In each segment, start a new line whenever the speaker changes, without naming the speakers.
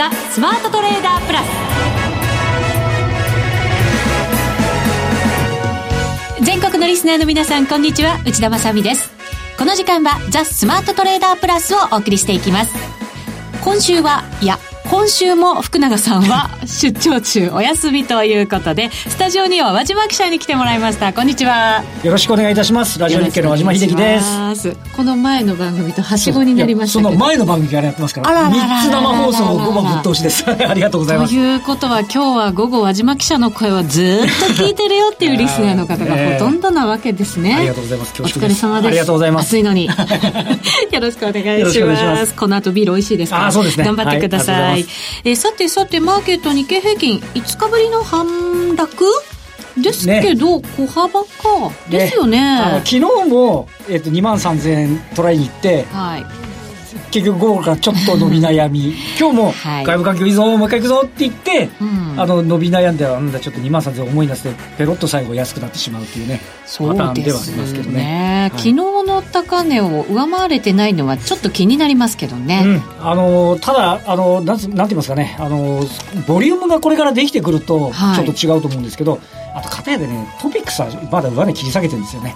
はスマートトレーダープラス全国のリスナーの皆さんこんにちは内田まさみですこの時間はザ・スマートトレーダープラスをお送りしていきます今週はいや今週も福永さん は出張中お休みということでスタジオには和島記者に来てもらいましたこんにちは
よろしくお願いいたします。ラジオ日経の和島秀樹です。
すこの前の番組とはしごになりました
い
け
や
ど
その前の番組からやってますか
あらら
ら、
らら
三
らら
つ生放送を5番ぶっ通しです。ありがとうございま
と
す。
いうことは今日は午後輪島記者の声はずーっと聞いてるよっていうリスナーの方
ね
が
え
ほとんどなわけですね。
ありがとうございます
お疲
恐縮
れ
です
様です。
ありがとうございます
暑いのに。よろしくお願
よ
い
ろし
し
くお願いし
ま。
ますす
この後ビール美味しいですから。
あそうですね
頑張ってください。
はいありがとうございま
えーさてさてマーケット日経平均5日ぶりの反落ですけど、小幅か。ですよね。
あの昨日も、えっと2万3000円トライに行って
はい。
結局午後からちょっと伸び悩み今日も
はい
外部環境いいぞもう一回行くぞって言って、
うん
あの伸び悩んではなんだちょっと2万3000円思い出してペロッと最後安くなってしまうっていうね
そう
パターン
で
ではあ
す
り
ね
ますけどね。はい
昨日の高値を上回れてないのはちょっと気になりますけど
う
ね。
ん、あのただあのなんつ、なんて言いますかねあの、ボリュームがこれからできてくると、
はい
ちょっと違うと思うんですけど、あと、片やでね、トピックスはまだ上値切り下げてるんですよね、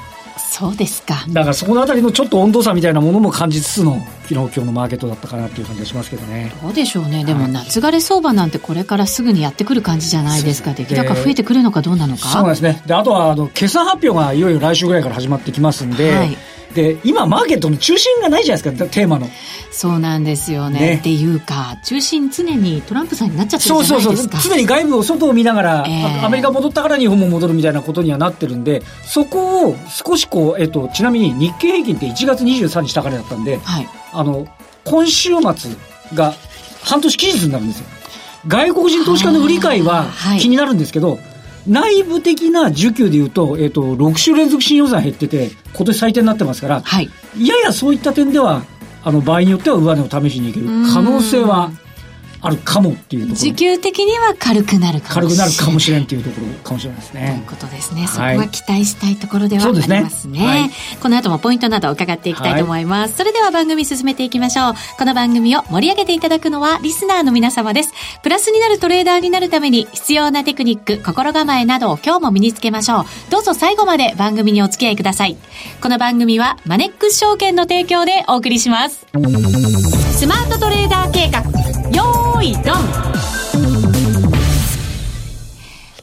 そうですか。
だからそこのあたりのちょっと温度差みたいなものも感じつつの、昨日今日のマーケットだったかなっていう感じがしますけどね。
どうでしょうね。でも
はい
夏枯れ相場なんてこれからすぐにやってくる感じじゃないですか。
そう
出
で
来
すね
高増えてくるのかどうなのか。
そうなんですねであとはあの決算発表がいよいよ来週ぐらいから始まってきますんで,、
はい
で今、マーケットの中心がないじゃないですか、テーマの。
そうなんですよね。
ね
っていうか、中心常にトランプさんになっちゃって
そ
る
う
じゃ
そ
な
う
い
そ
で
う
すか。
常に外部を外を見ながら、
ええ
あアメリカ戻ったから日本も戻るみたいなことにはなってるんでそこを少しこう、えっと、ちなみに日経平均って1月23日高値だったんで
はい。
あの今週末が半年期日になるんですよ外国人投資家の売り買い
あー
は
はい
気になるんですけど、内部的な需給でいうと、えっと、6週連続信用残減ってて今年最低になってますから、
はい。
ややそういった点ではあの場合によっては上値を試しにいける可能性はあるかもっていうところ
時給的には軽くなるか
軽
も
く
しれ
な
ない。
るかもしれんっていうところかもしれないです
という
ね。
ことですね。そこ
はい
は期待したいところではあ
そう
り
ですね
ますね。
はい
この後もポイントなどを伺っていきたいと思います。それでは番組進めていきましょう。この番組を盛り上げていただくのはリスナーの皆様です。プラスになるトレーダーになるために必要なテクニック、心構えなどを今日も身につけましょう。どうぞ最後まで番組にお付き合いください。この番組はマネックス証券の提供でお送りします。スマートトレーダー計画、よーい、ドン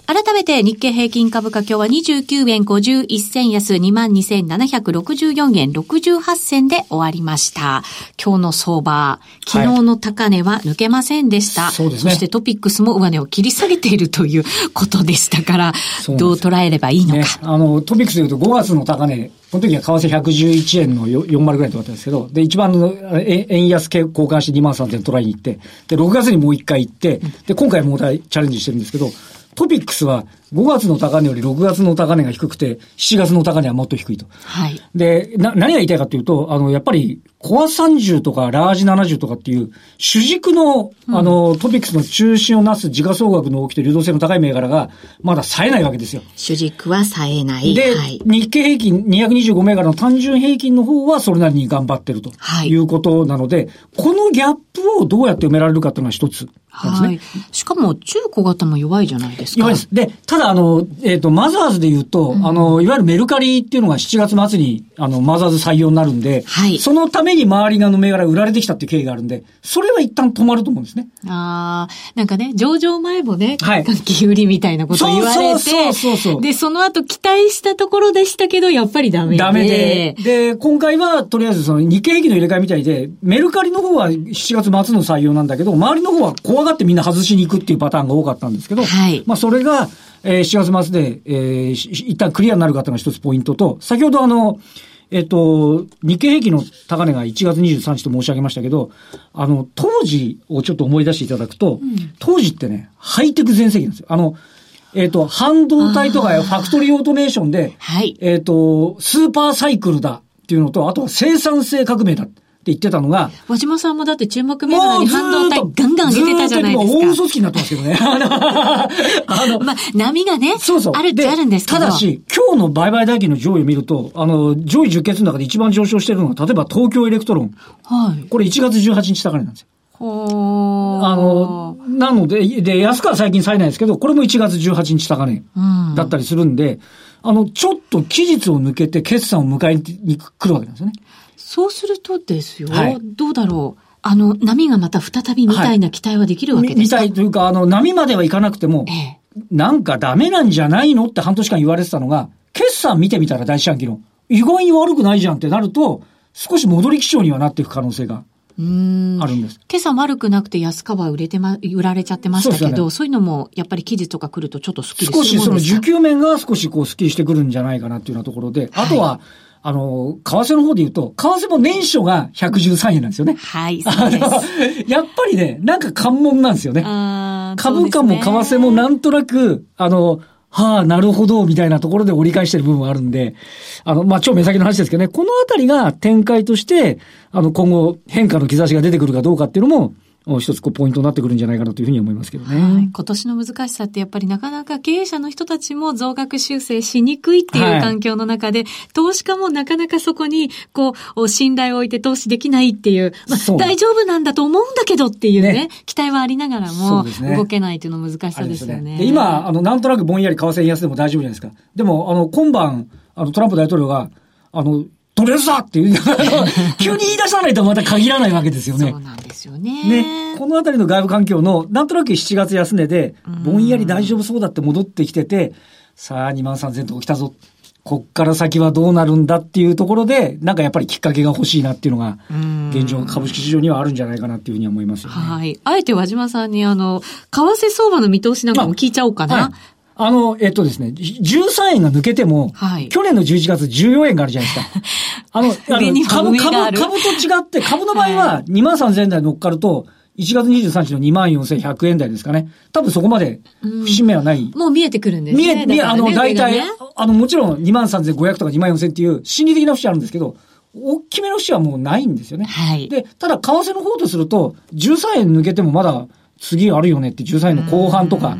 改めて日経平均株価今日は29円51銭安22,764円68銭で終わりました。今日の相場、昨日の高値は抜けませんでした。
そうですね
そしてトピックスも上値を切り下げているということでしたから、
そうなん
どう
です
捉えればいいの
ね
か。、
あのトピックスでいうと5月の高値、この時は為替111円のよ40ぐらいだったんですけど、で、一番のえ円安系交換して2万3000トライに行って、で、6月にもう一回行って、で、今回もう一回チャレンジしてるんですけど、トピックスは5月の高値より6月の高値が低くて、7月の高値はもっと低いと。
はい。
で、な、何が言いたいかというと、あの、やっぱり、コア30とかラージ70とかっていう、主軸の、あの、トピックスの中心をなす時価総額の大きくて流動性の高い銘柄が、まだ冴えないわけですよ。
主軸は冴えない。
で、
はい。
日経平均225銘柄の単純平均の方はそれなりに頑張ってると
はい
いうことなので、このギャップをどうやって埋められるかというのが一つなんですね。
はい。しかも中小型も弱いじゃないですか。
弱いです。で、ただ、あの、えっ、と、マザーズで言うと、あの、いわゆるメルカリっていうのが7月末に、あの、マザーズ採用になるんで、
はい
そのために周りがの銘柄が売られてきたっていう経緯があるんで、それは一旦止まると思うんですね。
ああ、なんかね、上場前もね、
はい
楽器売りみたいなこと言われて、
そうそうそうそうそう
で、その後期待したところでしたけど、やっぱりダメで。
ダメで。で、今回は、とりあえずその日経平均の入れ替えみたいで、メルカリの方は7月末の採用なんだけど、周りの方は怖がってみんな外しに行くっていうパターンが多かったんですけど、
はい
まあそれが、えー7月末で、えーし一旦クリアになるかというのが一つポイントと、先ほどあの、えっ、と、日経平均の高値が1月23日と申し上げましたけど、あの、当時をちょっと思い出していただくと、当時ってね、ハイテク全盛期なんですよ。あの、えっ、と、半導体とかファクトリーオートメーションで、
はい
えっ、と、スーパーサイクルだっていうのと、あとは生産性革命だって言ってたのが、
和島さんもだって注目銘柄に
ず
半
ー
導
っ
体
と
ガンガン上げてたじゃないで
ずーっと今大
すか。
嘘つきになってますけどね。 あの、
まあ、波がね、
そうそう。
あるっちゃあるんですけど。
ただし、今日の売買代金の上位を見ると、あの、上位10決の中で一番上昇してるのが、例えば東京エレクトロン。
はい。
これ1月18日高値なんですよ。
ほ
あの、なので、で、安川最近冴えないですけど、これも1月18日高値
うん
だったりするんで、あの、ちょっと期日を抜けて決算を迎えに来るわけなんですよね。
そうするとですよ、
はい
どうだろう。あの、波がまた再びみたいな期待はできるわけ
み
で
み
すか、
たいというか、あの、波まではいかなくても、
ええ。
なんかダメなんじゃないのって半年間言われてたのが、決算見てみたら第四半期の、意外に悪くないじゃんってなると、少し戻り基調にはなっていく可能性が
うーん。
あるんです。
今朝悪くなくて安川売れてま、売られちゃってましたけ
そうですよ
ど、
ね
そういうのも、やっぱり記事とか来るとちょっとスッキリす
少し
る
そ
もん
の
です
需
か
給面が少しこうスッキリしてくるんじゃないかなっていうようなところで、
はい
あとは、あの、為替の方で言うと、為替も年初が113円なんですよね。
はい、そ
あ
うです。
の、やっぱりね、なんか関門なんですよね。
あー
株価も為替もな
そうん
となく、あの、はあ、なるほど、みたいなところで折り返してる部分はあるんで、あの、まあ、超目先の話ですけどね、このあたりが展開として、あの、今後変化の兆しが出てくるかどうかっていうのも、お一つこうポイントになってくるんじゃないかなというふうに思いますけど
ですねはい
ね。
今年の難しさってやっぱりなかなか経営者の人たちも増額修正しにくいってい
は
う
い
環境の中で、投資家もなかなかそこに、こうお、信頼を置いて投資できないっていう、まあ
そう
大丈夫なんだと思うんだけどっていうね、
ね
期待はありながら
そ
も、
うですね
動けないっていうの難し
あ
さ
れ
で
ですす
よね。
ね。で、今、あの、なんとなくぼんやり為替円安でも大丈夫じゃないですか。でも、あの、今晩、あの、トランプ大統領が、あの、とりあえずだっていう、 あの急に言い出さないとまた限らないわけですよね。
そうなんですよね。
ね、このあたりの外部環境の、なんとなく7月安値で、ぼんやり大丈夫そうだって戻ってきてて、さあ2万3000とこ来たぞ。こっから先はどうなるんだっていうところで、なんかやっぱりきっかけが欲しいなっていうのが、
うん
現状株式市場にはあるんじゃないかなっていうふうには思いますよね。
はい。あえて和島さんに、あの、為替相場の見通しなんかも聞いちゃおうか
はい
な。
あの、えっとですね、13円が抜けても、
はい
去年の11月14円があるじゃない ですか。あの、あ
上に
の
も
株、
上がある
株、株と違って、株の場合
は
は2万3000円台乗っかると、1月23日の2万4100円台ですかね。多分そこまで、節目はない。
もう見えてくるんです
見
ね。
え、見え、
だか
あ
らね
の、大体、
上がね
あの、もちろん2万3500とか2万4000っていう心理的な節あるんですけど、大きめの節はもうないんですよね。
はい。
で、ただ、為替の方とすると、13円抜けてもまだ次あるよねって、13円の後半とか、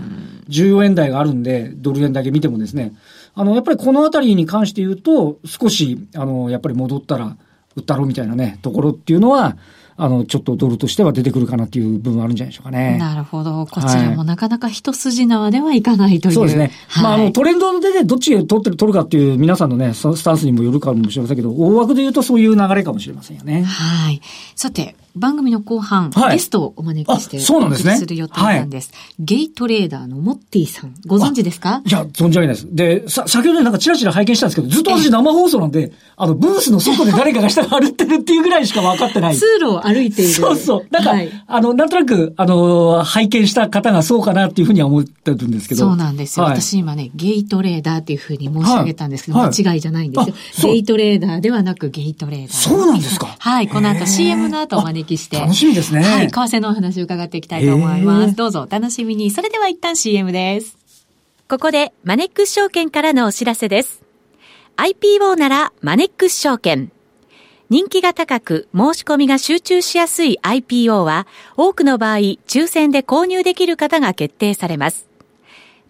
14円台があるんで、ドル円だけ見てもですね、あの、やっぱりこのあたりに関して言うと、少し、あの、やっぱり戻ったら、売ったろみたいなね、ところっていうのは、あの、ちょっとドルとしては出てくるかなっていう部分はあるんじゃないでしょうかね。
なるほど。こちらもなかなか一筋縄ではいかないという。
そうですね。まあ、あ
は
の、
い。
トレンドでね、どっちを取ってる、取るかっていう皆さんのね、そスタンスにもよるかもしれませんけど、大枠で言うとそういう流れかもしれませんよね。
はい。さて、番組の後半、
はい
ゲストをお招きして
あそうなんです
お
ね
送りする予定なんです。ゲイトレーダーのモッティさん、ご存知ですか
いや、存じ上げないです。で、さ、先ほどねなんかチラチラ拝見したんですけど、ずっと私生放送なんで、あの、ブースの外で誰かが下を歩ってるっていうぐらいしか分かってない。
通路を歩いている。
そうそう。なんか、
はい
あの、なんとなく、あの、拝見した方がそうかなっていうふうには思ってるんですけど。
そうなんですよ。
はい
私今ね、ゲイトレーダーっていうふうに申し上げたんですけど、
はい
間違いじゃないんですよ
あ。そう
ゲイトレーダーではなくゲイトレーダー。
そうなんですか
はい、この
へ
後
ー
CM の後お招きして。
あ楽しみですね
はい、為替のお話を伺っていきたいと思いま
へ
す。
ー
どうぞお楽しみに。それでは一旦 CM です。
ここでマネックス証券からのお知らせです。IPO ならマネックス証券。人気が高く申し込みが集中しやすい IPO は多くの場合抽選で購入できる方が決定されます。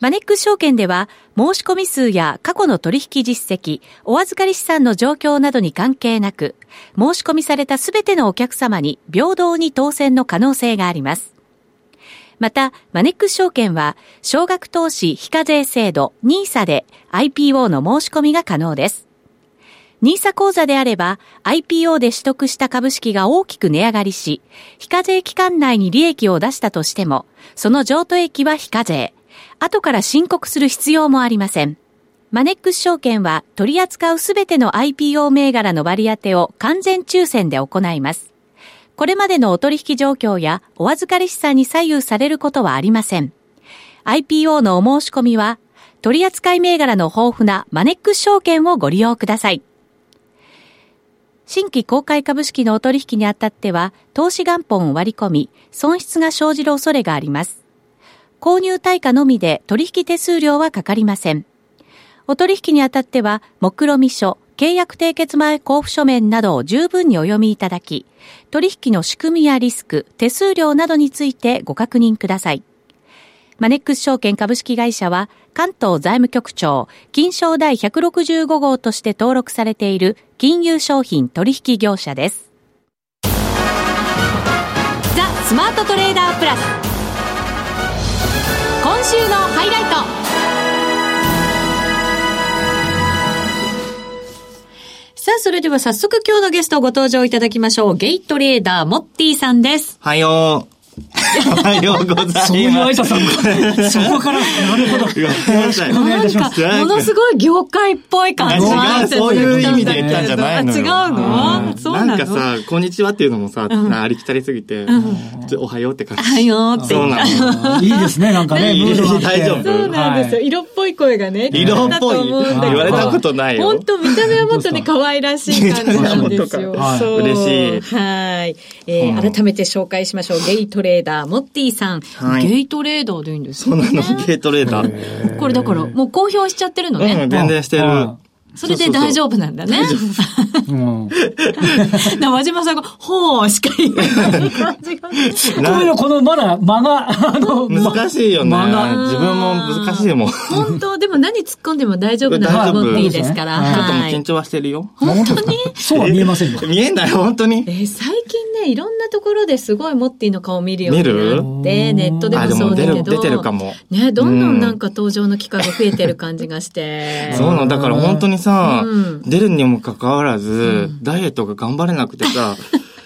マネックス証券では申し込み数や過去の取引実績、お預かり資産の状況などに関係なく申し込みされたすべてのお客様に平等に当選の可能性があります。また、マネックス証券は、少額投資非課税制度 NISA で IPO の申し込みが可能です。NISA 口座であれば、IPO で取得した株式が大きく値上がりし、非課税期間内に利益を出したとしても、その譲渡益は非課税。後から申告する必要もありません。マネックス証券は取り扱うすべての IPO 銘柄の割り当てを完全抽選で行います。これまでのお取引状況やお預かり資産に左右されることはありません。IPO のお申し込みは、取扱銘柄の豊富なマネックス証券をご利用ください。新規公開株式のお取引にあたっては、投資元本を割り込み、損失が生じる恐れがあります。購入対価のみで取引手数料はかかりません。お取引にあたっては、目論見書、契約締結前交付書面などを十分にお読みいただき、取引の仕組みやリスク、手数料などについてご確認ください。マネックス証券株式会社は、関東財務局長、金賞第165号として登録されている金融商品取引業者です。
ザ・ススマートトレーダープラス今週のハイライトさあ、それでは早速今日のゲストをご登場いただきましょう。ゲイトレーダー、モッティさんです。
はよう。おはようございます。
そういう挨拶なん だ。そこから、なるほ ど。
ごめんなさい
お願いいたし
な
ま
ん
す
か、ものすごい業界っぽい感じの
あ違う
挨拶
そういう意味で
だ
言
け
ったんじゃないのよ
あ違うの、
うん
そうなの
んかさ、こんにちはっていうのもさ、ありきたりすぎて、ちょおはようって感
お
じ。
はようって
そうなの。
いいですね、なんかね、
いい
ムードがあって
大丈夫
そうなんですよ。
はい
色っぽい声がね。
色っぽい
だと思うんだけど
言われたことないよ
本当見た目はもっとね、可愛らしい感じなんですよ。
見
た目は本当か
そう
嬉しい
はい。えー
うん
改めて紹介しましょう。ゲイトレーダー、モッティさん。
はい
ゲイトレーダーでいいんです
そ
よ
う
ね
なの、ゲートレーダー。
これだから、もう公表しちゃってるのね。
うん、全然してる。
あ
それで大丈
夫。
夫なんだね。
うん。
な和島さんが、ほーしか言えない感じが。
こういうの、このまだ間が、あの、
難しいよね。
まだ
自分も難しいもん。ち
本当、でも何突っ込んでも大丈夫な
大
の
丈
モ
夫
ッティですから。
そう
ょっともう
は
緊
い。
張はしてるよ。
本当に
そうは見えませんよ。
見えない、本当
え
に。
ー最近ね、いろんなところですごいモッティの顔見るように
見る
なって、ネットでも
あ、で
そ
も
うだ
出
け
る、
ど。
出てるかも。
ね、どんどんなんか登場の機会が増えてる感じがして。
そう なの、だから本当にさ、
うん
出るにもかかわらず、ダイエットが頑張れなくてさ、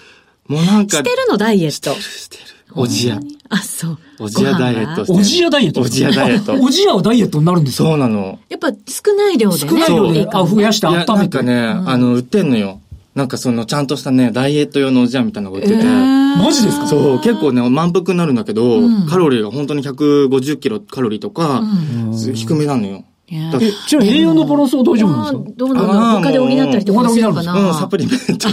もうなんか、
してるの、ダイエット。
してるおじや。
あ、そう。
おじや
ご飯が
ダイエットしてる。
おじやダイエット。
おじやダイエット。
おじやをダイエットになるんです
そう
よ。
なの。
やっぱ少ない量でね。
少ない量で、
そう
あ、増やし
い
て
や、
温
な
め
ん
て
か。ね、あの、売ってんのよ。なんかその、ちゃんとしたね、ダイエット用のおじやみたいなのが売ってて。
マジですか
そう、結構ね、満腹になるんだけど、カロリーが本当に150キロカロリーとか、低めなのよ。だ
え、じゃあ栄養のバランスは大丈夫
あ
な
あ
んですか
ー、どうなの
あー
他で補ったりとかするかな。
うん、サプリメント。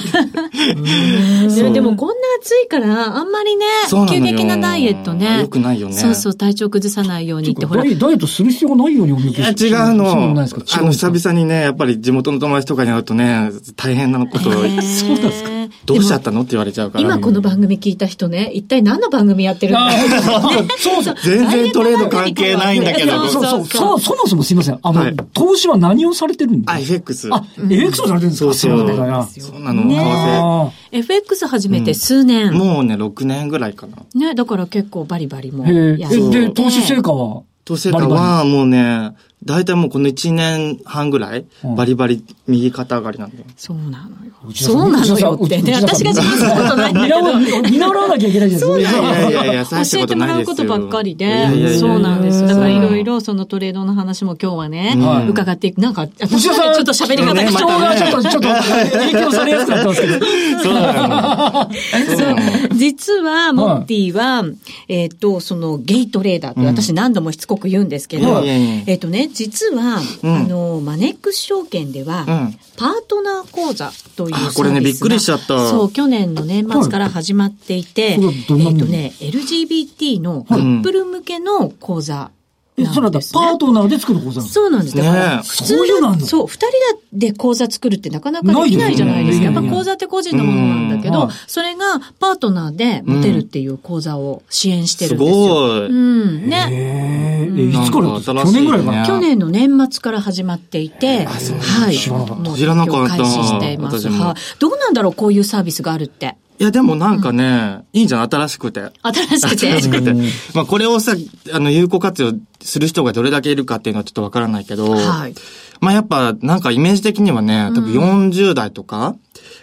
ね
そう
でもこんな暑いから、あんまりね、
そうな の
急
よ
激なダイエットね。
良くないよね
そうそう、体調崩さないようにって、ほら
ダイ。エダイエットする必要がないようにお見受
い
け
や、
して
違うの。
そうなんないですか
あの、久々にね、やっぱり地元の友達とかに会うとね、大変なことを、
そうですか。
どうしちゃったのって言われちゃうから。
今この番組聞いた人ね、一体何の番組やってるんだ
あー本当だそうそう。
全然トレード関係ないんだけ
そ
ど
う。
そうそう。
そ
そううそもそもすいません。あ
は
の
い、
投資は何をされてるんです
あ、
か
FX。
あ、エレクソンされてるんです
そう
か
そう
そうだな。
そうなの、為
ね
替。
あ
FX 始めて数年。
もうね、6年ぐらいかな。
ね、だから結構バリバリも
ーへ
やっ
え
て。
え。で、投資成果は
投資成果
バリバ
はもうね、大体もうこの1年半ぐらい、
うん
バリバリ右肩上がりなんだよ。
そうなのよ。
内田さん
そうなのよってね。
内田
私
さ
が
ん
自分のことないんだ
見
けど。
習わ見習わなきゃいけないじゃないですか。
いやいやいや、大した
教え
こ
て
と
も
な
ら
いうです
こ
よ
とばっかり
いやいやいや
で。
いや
そうなんです。だからいろい
うん
ろそのトレードの話も今日はね
は、い
伺っていく。なんか、私
内田
は
さ
ね
ん
ちょっと喋り方
ね
が
口調
また
が
ね
ちょっと、ちょっと、影響されやすくなってますけど。
そうなの。そうなの。
実は、モッティは、えっ、と、その、ゲイトレーダーって、私何度もしつこく言うんですけど、
うんいやいやいや
えっ、とね、実は、
うん
あの、マネックス証券では、
うん
パートナー講座というサービスが
あこれねびっくりしちゃった
そう、去年の年末から始まっていて、
はいそれ
え
はどんな
っ、
もの
とね、LGBT のカップル向けの講座
え、
な
それ
ん
だ
で
っ
す、
た
ね
らパートナーで作る講座なんですか
そうなんです。だから、
ねえ
普通
そういうのあんの
そう、二人で講座作るってなかなかできないじゃないですか。や
ないよ
っ
ね
ぱ講座って個人のものなんだけ
うん
ど
はい、
それがパートナーで持てるっていう講座を支援して
す
るんですよ。
ご
う
い。
ん。ね。
えーえいつからだった
なんか新し
去年
いね
ぐらいかな。
去年の年末から始まっていて、はい。
知らなかった
もう
知らなかった
今日開始しています。
私も
はい。どうなんだろう、こういうサービスがあるって。
いや、でもなんかね、いいじゃん、新しくて。
新しくて。
新しくて。まあ、これをさ、あの、有効活用する人がどれだけいるかっていうのはちょっとわからないけど、
はい。
まあやっぱなんかイメージ的にはね、多分40代とか、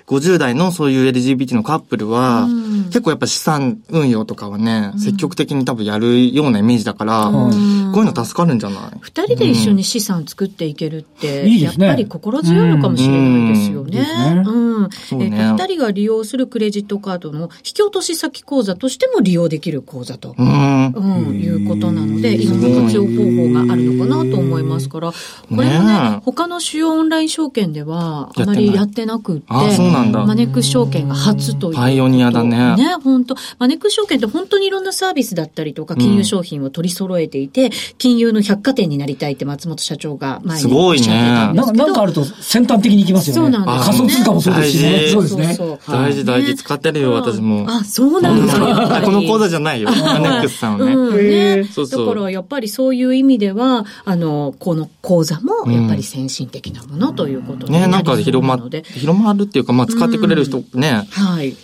50代のそういう LGBT のカップルは、
うん
結構やっぱ資産運用とかはね、積極的に多分やるようなイメージだから、
うん
こういうの助かるんじゃない
二人で一緒に資産作っていけるって、
うんいい
やっ
ですね
ぱり心強いのかもしれないですよね。う。
うん
う
え
ね
っと、二人が利用するクレジットカードの引き落とし先口座としても利用できる口座と。
うん。
うん、いうことなので、
へー
いろんな活用方法があるのかなと思いますから、これも
ね
ね
え、
他の主要オンライン証券では、あまりや
や
ってなくって、
あそうなんだ
マネックス証券が初ということ。
パイオニアだね
ね、本当マネックス証券って本当にいろんなサービスだったりとか、金融商品を取り揃えていて、金融の百貨店になりたいって松本社長が前に
すご
お
いね
っしゃってたんで
な
す
んか、
けど
なんかあると先端的に行きますよね。
そうなんです
よ
仮
ね
想通貨もそうですし
大
ね。
事
そうですね。
そうそう
大事大事使ってるよ、私も。
あ、そうなんだ。やっぱり
この講座じゃないよ。アネックスさんはね。
うんね、
そうそう
だからやっぱりそういう意味では、あの、この講座もやっぱり先進的なものということにな
ね、
り
なん
そ
か
う
広ま
ので、
広まるっていうか、まあ使ってくれる人ね、
はい。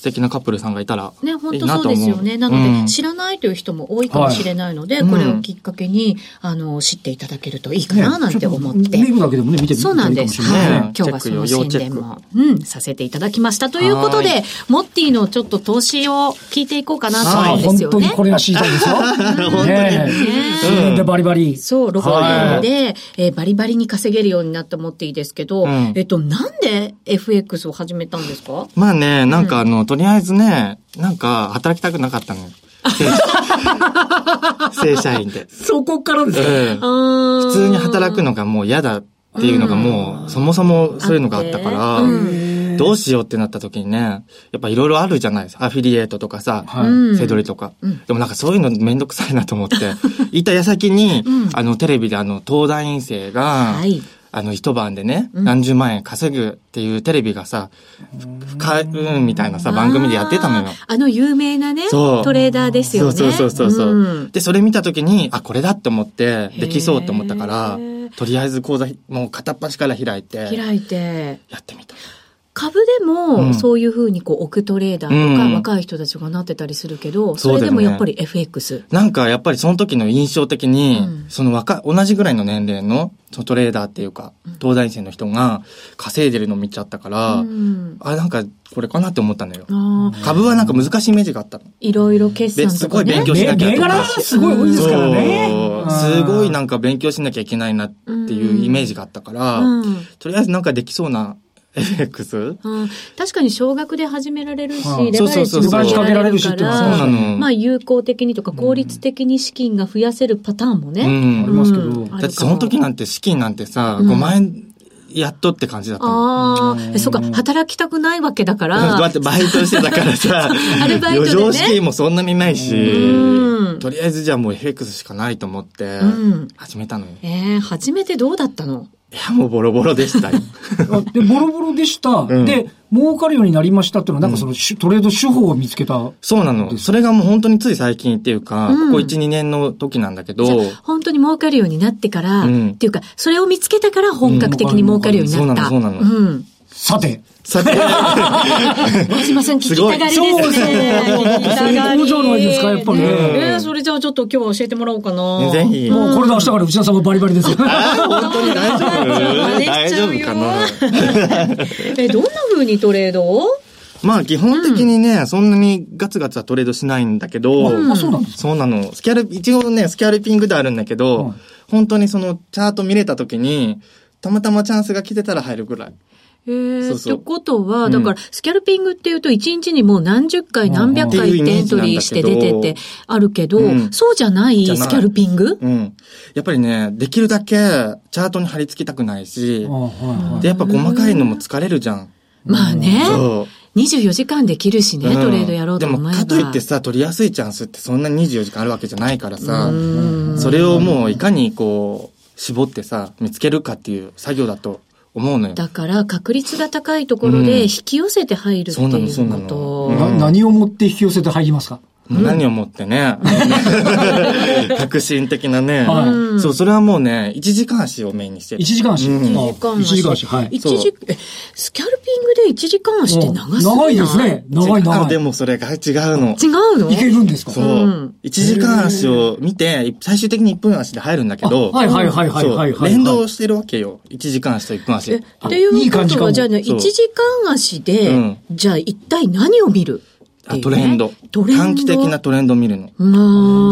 素敵なカップルさんがいたら、
ね、本当そうですよね。
いい
な
なと思う
の
う
で、
ん
知らないという人も多いかもしれないので、
はい
これをきっかけに、あの、知っていただけるといいかな、なんて思っ
ねちょ
て。
と見るだけでもね、見てみる
そう
と
なん
いいか
で
も
す。
しれない
はい。
ね
ね
今日はその
チェックよ
宣伝も、うん、させていただきました。ということ
は
で、モッティのちょっと投資を聞いていこうかなと思
は
うん
い、
です
本
よ
当
ね。
にこれが知りたいですよ。ねえ。
ね
10円でバリバリ。
そう、ロボ
は
ッ
い
トで、えーバリバリに稼げるようになったモッティですけど、
うん
えっと、なんで FX を始めたんですか
まあね、なんかあの、とりあえずね、なんか働きたくなかったのよ。 正正社員で。
そこからです
ええ
普
普通に働くのがもう嫌だっていうのがもう、そもそもそういうのがあったから、
あって
どうしようってなった時にね、やっぱいろいろあるじゃないですか。アフィリエイトとかさ、
はい
うん
セドリとか、でもなんかそういうのめんどくさいなと思って、いた矢先に、あの、テレビであの、東大院生が、
はい
あの、一晩でね、何十万円稼ぐっていうテレビがさ、ふか、うん、みたいなさ、番組でやってたのよ。
あの有名なね、
そう
トレーダーですよね。
そうそうそうそう。
うん
で、それ見たときに、あ、これだって思って、できそうと思ったから
へー、
とりあえず講座、もう片っ端から開いて、
開いて、
やってみた。
株でも、
うん
そういうふうにこう、億トレーダーとか、
うん
若い人たちがなってたりするけど、そ
そう
れ
だ
で
よね
もやっぱり FX。
なんかやっぱりその時の印象的に、
うん
その若い、同じぐらいの年齢の、そのトレーダーっていうか、東大生の人が稼いでるの見ちゃったから、
うん
あ、なんかこれかなって思ったのよ。
ああ、
株はなんか難しいイメージがあったの。
いろいろ決
で、
算
す
と
ご
か
い
ね
勉。強しなきゃ
銘
と
柄が
か。
すごい多いですからね
そ。うすごいなん
か。
か勉強しなきゃいけないなっていうイメージがあったから、
うん
とりあえずなんかできそうな FX?
うん、確かに少額で始められるし、
はい
レバレッジ
そうそうそう
もかけられる
そう
か
そう
そうな
ら、
の
まあ有効的にとか効率的に資金が増やせるパターンも
う
ね。
あり
ん。
ますけど
うん
だってその時なんて資金なんてさ、5万円やっとって感じだったの。
ああ、えそうか、働きたくないわけだか
うんだ
ら
っ、てバイトしてたからさ、
アルバイトでね
余剰資金もそんなにないし
うん、
とりあえずじゃあもう FX しかないと思って
うん、
始めたのよ。い
えー、初めてどうだったの
や、もうボロボロ でしたよ。
あで、ボロボロでした。
ん
で、儲かるようになりましたっていうのは、なんかそのし、トレード手法を見つけた。は
そうなの。それがもう本当につい最近っていうか、こ
うん
こ1、2年の時なんだけど、
本当に儲かるようになってから、
うん
っていうか、それを見つけたから本格的に儲かるようになった。
うんそうなのそうな
うん。
さて、
さて、
小島さん、聞きたがりです
す
ね。
ごい
聞きたがり
そうですね工場の絵ですかやっぱりね
えーそれじゃあちょっと今日は教えてもらおうかな。
ぜひ。
もうこれで明日から内田さんがバリバリですよ。
本当に大丈夫大丈夫かな
え、どんな風にトレードを
まあ基本的にね、そんなにガツガツはトレードしないんだけど、
あ、そうなんです。
そうなの。スキャル、一応ね、スキャルピングであるんだけど、
うん
本当にそのチャート見れた時に、たまたまチャンスが来てたら入るぐらい。
えー
そうそう
ってことは、
うん
だから、スキャルピングっていうと、1日にもう何十回、何百回ってエントリーして出てってあるけど、
うん
そうじゃない
じゃない
スキャルピング
うん。やっぱりね、できるだけチャートに貼り付きたくないし
あ、はいはい
で、やっぱ細かいのも疲れるじゃん。
まあね、
そう。
24時間できるしね、
うん
トレードやろうと思えば。
でも、かといってさ、取りやすいチャンスってそんなに24時間あるわけじゃないからさ、それをもういかにこう、絞ってさ、見つけるかっていう作業だと思うのよ。
だから、確率が高いところで引き寄せて入るって
そうなの
い
そう
う
な
こ
の
と。
うん
な何を持って引き寄せて入りますか
何をもっ てね、革新的なね、
はい
そう、それはもうね、1時間足をメインにしてる。
一時間足。
うん
あ一時間足。はい。
一時えスキャルピングで1時間足って長すぎない
長いです。ね。長い
あ
長
で
い。
もそれが違うの。
違うの
いけるんですか
そう。
うん
1時間足を見て、最終的に1分足で入るんだけど、
はいはいはいはい
そう
はいはい。
連動してるわけよ。1時間足と1分足。
えっていうこ
いい感じ
と
か
は、
も
じゃあね、1
そう
時間足で、
うん
じゃあ一体何を見るっていう
あ
ね
トレンド。
トレンド。
短期的な。トレンドを見るの。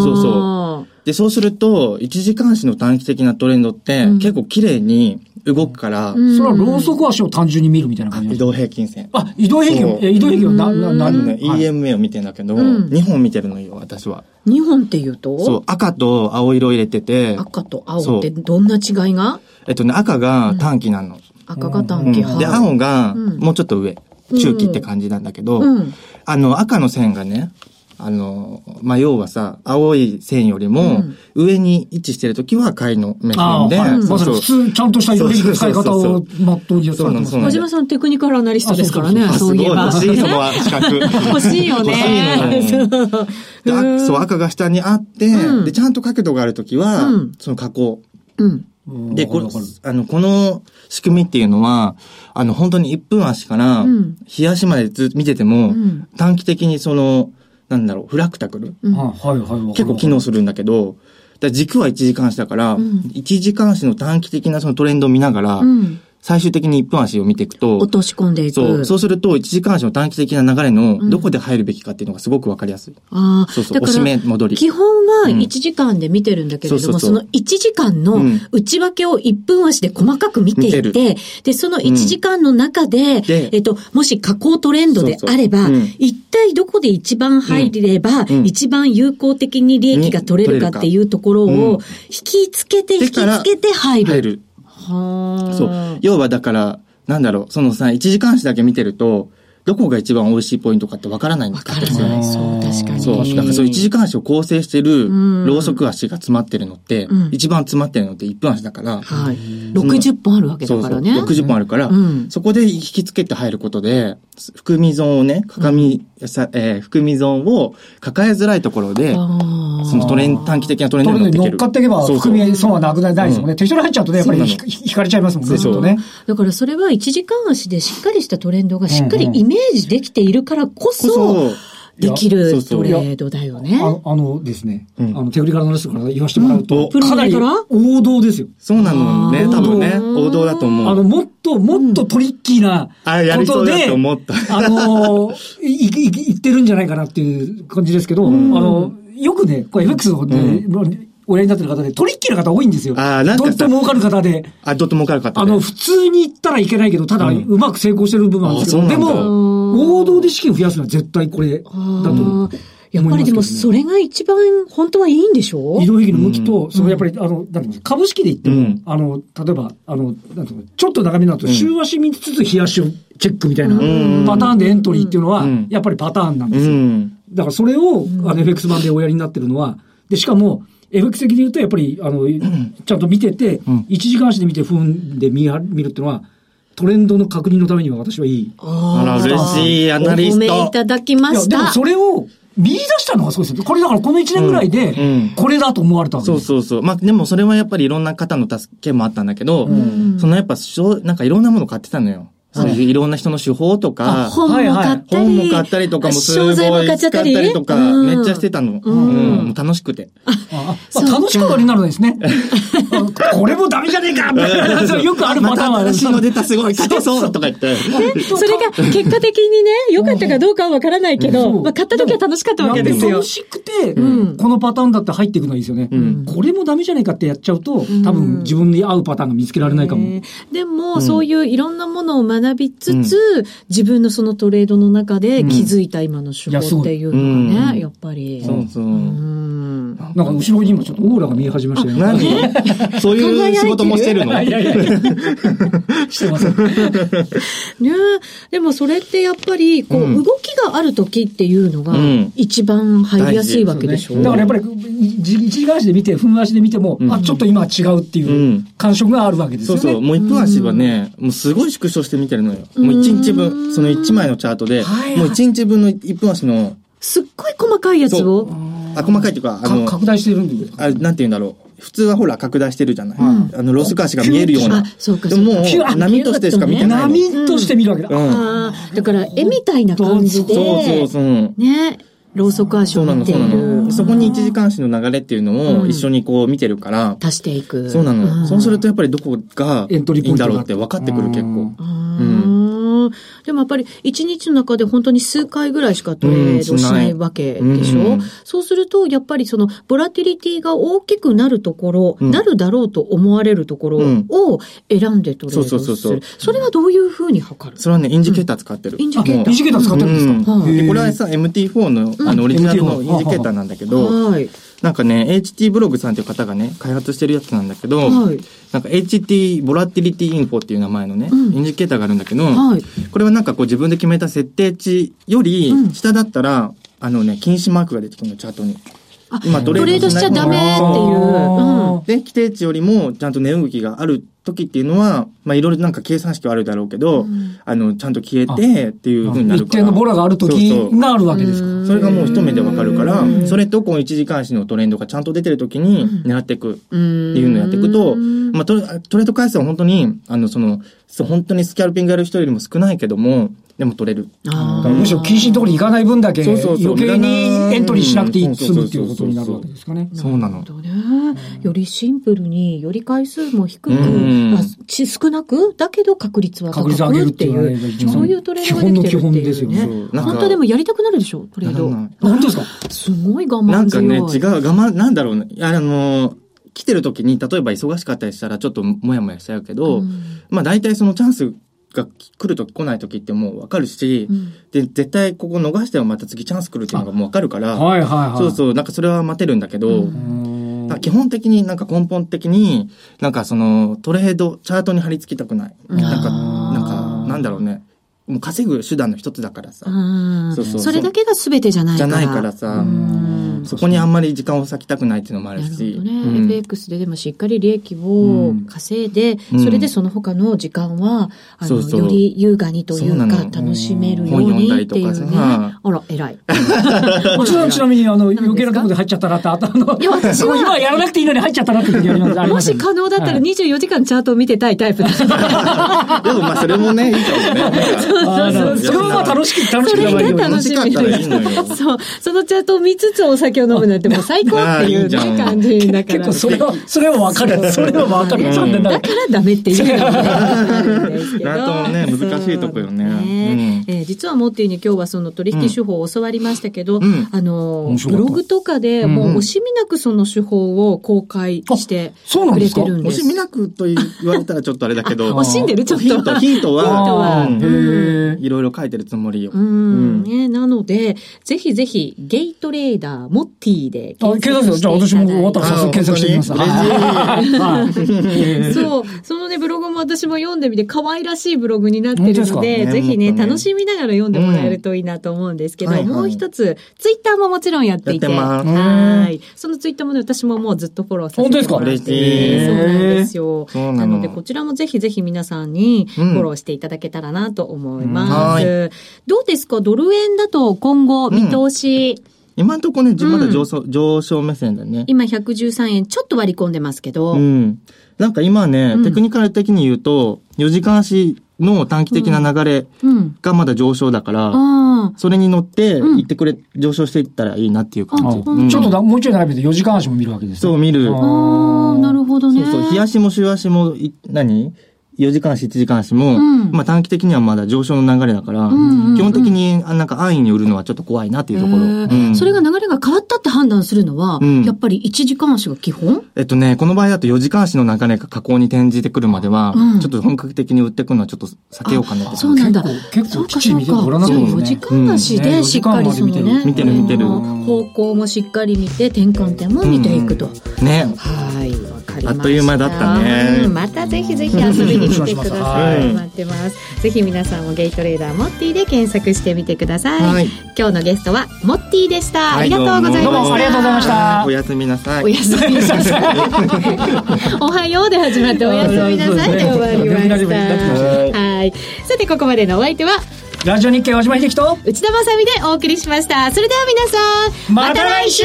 そ
そうそで、そうすると、1時間足の短期的なトレンドって、結構綺麗に動くから、
それはローソク足を単純に見るみたいな感じなん
移
ですか
動平均線。
あ、移動平均
そう
え、移動平均はな、な、
あ
何
のね、EMA を見てんだけど、
ん
2本見てるのよ、私は。
う。2本っていうと
そう、赤と青色入れてて、
赤と青ってどんな違いが
えっとね、赤が短期なの。
赤が
う
短
ん
期派。
で、青が
うん
もうちょっと上、中期って感じなんだけど、
うん
あの、赤の線がね、あの、まあ、要はさ、青い線よりも、上に位置してるときは買いの目
あ
線で、
はい
そ
ま
う
さ
そ
に
う
普通、ちゃんとした移動平均の使い
そう
方
そうそう
をまっとうにやってます
そうな
ね
の
小島さんテクニカルアナリストですからね、
あ
そういえば。
あすごい欲しいのは資格。
欲しいよね。
欲しいのよ
そう
であそう、赤が下にあって、で、ちゃんと角度があるときは、
うん
その加工。
うん。
うん
で、
わか
こ
る
れ
わかる、
あの、この仕組みっていうのは、あの、本当に1分足から
うん、
冷足までずっと見てても、
ん
短期的にその、なんだろう、フラクタクル、
うん
はいはいはい。
結構機能するんだけど、だから軸は1時間足だから、
うん
1時間足の短期的なそのトレンドを見ながら、
うん
最終的に1分足を見ていくと、
落とし込んでいく。
そう、そうすると1時間足の短期的な流れの
ん
どこで入るべきかっていうのがすごくわかりやすい。
ああ、
そうそう、
だ
押
か
し目
ら、
戻り。
基本は
うん
1時間で見てるんだけれども、
そうそう
そ
そう
の1時間の
うん
内訳を1分足で細かく見てい
見
て、で、その1時間の中で、
で
えっと、もし下降トレンドであれば、
そうそううん
一体どこで一番入れば、
うん
一番有効的に利益が取れるかっていうところ
うん
を、引きつけて、
で
引きつけて入る。
入る。
はあ
そう。要はだから、なんだろう、そのさ、1時間足だけ見てると、どこが一番美味しいポイントかってわからないんだ
わからない。そう、確かに。
そう。だからそう1時間足を構成してる、
うん
ろうそく足が詰まってるのって、
うん
一番詰まってるのって1分足だから、
はい。60本あるわけだからね。
そうそう60本あるから、
うん
そこで引きつけて入ることで、含み損をね、かかみ、さえー含み損を抱えづらいところで、
ああ
そのトレン、短期的なトレンド
取
に
れ
乗っててい
乗
け
っ
る。
かっていけば、
そうそう
含み損はなくなりないですもんね。適当に入っちゃうとね、やっぱり
そう
ひ
なの
引かれちゃいますもんね、
そう
ずっとね。
だからそれは1時間足でしっかりしたトレンドがしっかり
うんうん
イメージできているからこそ
こ
でき
いやそう
る
そ
ト
う
レードだよね
あ。のあのですね、
うん
あの、手売りからの話から言わせてもらうと、
プロ
かなり
から
王道ですよ。
そうなのね、
あー
多分ね、王道だと思う。
あの、もっと、もっとトリッキーな
あや
こ
りそ
と
うだ
で、
と思った
あの、い、い、い、言ってるんじゃないかなっていう感じですけど、あの、よくね、これ FX の方で、おやりになってる方で、トリッキーな方多いんですよ。
あーなんか
ど
さ
っと儲かる方で。
あ、どっと儲かる方
あ
で
の、普通に言ったらいけないけど、ただ、
うん
うまく成功してる部分はあるんですけど、
あ
で
そうなんだ
も、王道で資金増やすのは絶対これだと
あ
思う
ー。やっぱりでもそれが一番本当はいいんでしょ
移動平均の向きと、
うん
そのやっぱり、あの、なんていうんですか株式で言っても、
うん
あの、例えば、あの、なんていうの、ちょっと長めになると、週足見つつ、日足をチェックみたいな、
ん
パターンでエントリーっていうのは、
うん
やっぱりパターンなん
う
ですよ。
ん。
だからそれを、あの、FX 版でおやりになってるのは、で、しかも、FX 的に言うと、やっぱり、 あの、ちゃんと見てて、
ん
1時間足で見て、踏んで見は見るっていうのは、トレンドの確認のためには私はいい。
あら、嬉しい、ア
お
ナリ
褒
ス
め
ト
い。ただきま
いや、
し
でも
た。
それを見出したのがそうですよ。これだからこの1年ぐらいで
うんうん、
これだと思われたわけ
そ
で
う
す。
そうそう。まあ、でもそれはやっぱりいろんな方の助けもあったんだけど、そのやっぱ、しょなんかいろんなもの買ってたのよ。そういういろんな人の手法とか、
本も買ったり、
本も買ったりとかもすご
商
い
材も買っちゃ
使
っ
ったた
り
りとか、
うん
めっちゃしてたの。うんん。もう楽しくて。
ああまあ、楽しく終わりになるんですね。あ これもダメじゃねえかみたいな そうよくあるパ
ま
ター
た
ンはある
新しいの出たすごい、勝てそうとか言って。
それが結果的にね、良かったかどうかはわからないけど、
そう
まあ買った時は楽しかったわけです
や
よ
楽。しくて、
うん
このパターンだって入っていくのはいいですよね、
ん
これもダメじゃねえかってやっちゃうと、多
うん
分自分に合うパターンが見つけられないかも。
ねでも、そういういろんなものを学びつつ、自分のそのトレードの中で気づいた今の手
いやす
法っ
ごい
ていうのがね、
うん
やっぱり。
そうそう。
うん
なんか後ろに今ちょっとオーラが見え始めましたよね。
何そういう仕事もしてるの
いやいやいや。してます。
ねでもそれってやっぱり、こう、
うん
動きがある時っていうのが
うん、
一番入りやすいわけでしょ。
だからやっぱり、じ一時間足で見て、踏ん足で見ても、あ、ちょっと今は違うって
う
いうん感触があるわけです
そ
よ
う
ね。
そう。もう一分足はね、もうすごい縮小して見てるのよ。もう一日分、その一枚のチャートで、
はい
もう一日分の一分足の、
すっごい細かいやつ
そ
を
う。。あ、細かいっていうか、あ
か
の、
拡大してるんで。
あなんて言うんだろう。普通はほら拡大してるじゃない。あの、ロス足が見えるよう
あ
な。
そうか
でもも
そうか
う波としてしか見てないの。
波として見るわけだ。
うん。
あーだから、絵みたいな感じで、
そうそうそう。
ね、ろうそく足
そう
を
な
見
の、
て
そ
いう
なの。
る。
そこに一時間足の流れっていうのを一緒にこう見てるから、
足していく。
そうなの。
ん
そうするとやっぱりどこがい
エ
い
ントリーポイ
ん
ント
だ
が
ろうって分かってくる結構。
うんでもやっぱり一日の中で本当に数回ぐらいしかトレードしないわけでしょ、
うんしないうん
そうするとやっぱりそのボラティリティが大きくなるところ、
うん
なるだろうと思われるところ
うん
を選んでトレードする。
そうそうそうそう
それはどういうふうに測る
それはね、インジケーター使ってる。
インジ
あ、
ケーター
二次元使ってるんですか
うん
へー
でこれはさ、MT4 の、あの、オリジナルのインジケーターなんだけど、
はい。
なんかね、HT ブログさんっていう方がね、開発してるやつなんだけど、
はい
なんか HT ボラティリティインフォっていう名前のね、
うん
インジケーターがあるんだけど、
はい
これはなんかこう自分で決めた設定値より
うん
下だったら、あのね、禁止マークが出てくるの、チャートに。
あ
今
ト
ト
レードしちゃダメっていう。うん
で、規定値よりもちゃんと値動きがある時っていうのは、まあ、いろいろなんか計算式はあるだろうけど、あの、ちゃんと消えてっていうふうになる
一
か
定
ら。
のボラがある時
そうそう
があるわけですか。
それがもう一目でわかるから
う、ん
それとこう一時間足のトレンドがちゃんと出てる時に狙っていくっていうのをやっていくと、まあトレトレード回数は本当に、あの、その、そう本当にスキャルピングやる人よりも少ないけども、でも取れる。
あー
むしろ禁止のところに行かない分だけ、
そうそうそう
余計にエントリーしなくていい済むっていうことになるわけですかね。
そう
な
なの。
るほどね。よりシンプルに、より回数も低く、
うん
まあち少なく、だけど確率は
確
高
率上げ
くっ
るって
て
い
いう
のが
う。
一番
そういうトレードができてる
基本
って
の基本です
いう
よ
ね。
ね
そうなんか
本当でもやりたくなるでしょ、トレード
ならない。
本当ですか
すごい我慢強い。
なんかね、違う、我慢、なんだろうね。いやあの、来てる時に、例えば忙しかったりしたら、ちょっともやもやしちゃうけど、
うん
まあ大体そのチャンスが来る時来ない時ってもうわかるし、
うん
で、絶対ここ逃してもまた次チャンス来るっていうのがもうわかるから、
はいはいはい。
そう
う。
そう、なんかそれは待てるんだけど、
うん
だから基本的になんか根本的に、なんかそのトレード、チャートに貼り付けたくない。
うん
なんか、
あー
なんか、なんだろうね。もう稼ぐ手段の一つだからさ。
うん
そうそう
それだけが全てじゃない
じ
か
ゃ
ら。
ないから
う
さ、
ん
そこにあんまり時間を割きたくないっていうのもある
なるほ
し。
どね、
うん
FX ででもしっかり利益を稼いで、
うん
それでその他の時間は、あの
そうそう
より優雅にとい
そうな
うか
の
楽しめるよう
本読んだ
にっ
り
て
と
い
か
う
さ
ね。あら、偉い。 も
ちちなみに、あの、
か
余計なところで入っちゃったらって、あとあの、
いや私は
今やらなくていいのに入っちゃったらって時ありますありま
も
すよ
し
ね
可能だったら24時間チャートを見てたいタイプだ。
でもまあそれもね、いいかもね。
あのそれはまあ楽
し
しく、楽し
そ
く
れ
いいよ
が
ね
楽し
楽しかったらいいの
み。
よ
そう。そのチャートを見つつお酒を飲むなんてもう最高っていうね
あーいいじゃん
感じだから。
結構それは、それはわかる。それはわかる。残念なが
だ
ら
か。らダメっていうのもねあるんですけど
なんともね難しいとこよね
そうねえー実はモッティに今日はその取引手法を教わりましたけど、
ん
あの
面
ー、
白か
ブ
った
ログとかでもう惜しみなくその手法を公開して
そうなん
く
で
れ
すか
てるんです。
惜しみなくと言われたらちょっとあれだ けど。
惜しんでるちょっと
ヒント、ヒントは、
ヒント
うん
はへー
いろいろ書いてるつもりよ。
うん
うん
ね、なので、ぜひぜひ、ゲイトレーダー、モッティで
あ検索してじゃあ私も終わったら早速検索してみます。
あ
はいはい
そう。そのね、ブログも私も読んでみて、可愛らしいブログになって
本当
る
です
の
か
で、
ね
ぜひね、
本当ね
楽しみながら読んでもらえるといいなと思うんですけど、
うんはいはい
もう一つ、ツイッターももちろんやっていて。
やってます
はい。そのツイッターもね、私ももうずっとフォローさせてもらって
本当で
て。
す
そう
か
なんですよ。
そうな
な
の
ので、こちらもぜひぜひ皆さんにフ
うん
ォローしていただけたらなと思い
うん
ま
は
す。どうですかドル円だと今後見通し、
今んとこね、まだ上昇、上昇目線だね。
今113円ちょっと割り込んでますけど、
うん。なんか今ね、
うん
テクニカル的に言うと、4時間足の短期的な流れ
うん。
がまだ上昇だから、
ああ。
それに乗って、
うん
行ってくれ、上昇していったらいいなっていう感じ。
あ
うん
ちょっとなもうちょい並べて4時間足も見るわけですね。
そう見る。
あ
あーなるほど
そ
ね。
うそう。日足も週足も、い何 ?4 時間足、1時間足も、
うん
まあ短期的にはまだ上昇の流れだから、
んうんうん
基本的に、あなんか安易に売るのはちょっと怖いなっていうところ。
へー
うん
それが流れが変わったって判断するのは、
うん
やっぱり一時間足が基本
えっとね、この場合だと4時間足の流れが下降に転じてくるまでは、
うん
ちょっと本格的に売っていくのはちょっと避けようかなって。
そうなんだ。
結構結構
そうか
きっちり見て
そうか
ご覧になってますね
そう4時間足
うん
で
ね
しっかりそのね、
見てる見てる
あの方向もしっかり見て、転換点も見ていくと。
ね。
はい、わかりました。
あっという間だったね
うんまたぜひぜひ遊びに来てください。
うん
待ってます。ぜひ皆さんもゲイトレーダーモッティで検索してみてください。
はい
今日のゲストはモッティでした。ありがとうございました。
どうもありがとうございました
おやすみなさい。
おやすみなさい。おはようで始まっておやすみなさいで終わりま
そうですね呼び出せばいいんだ
した。はい。さて、ここまでのお相手は、
ラジオ日経和島秀樹と、
内田まさみでお送りしました。それでは皆さん、
また来週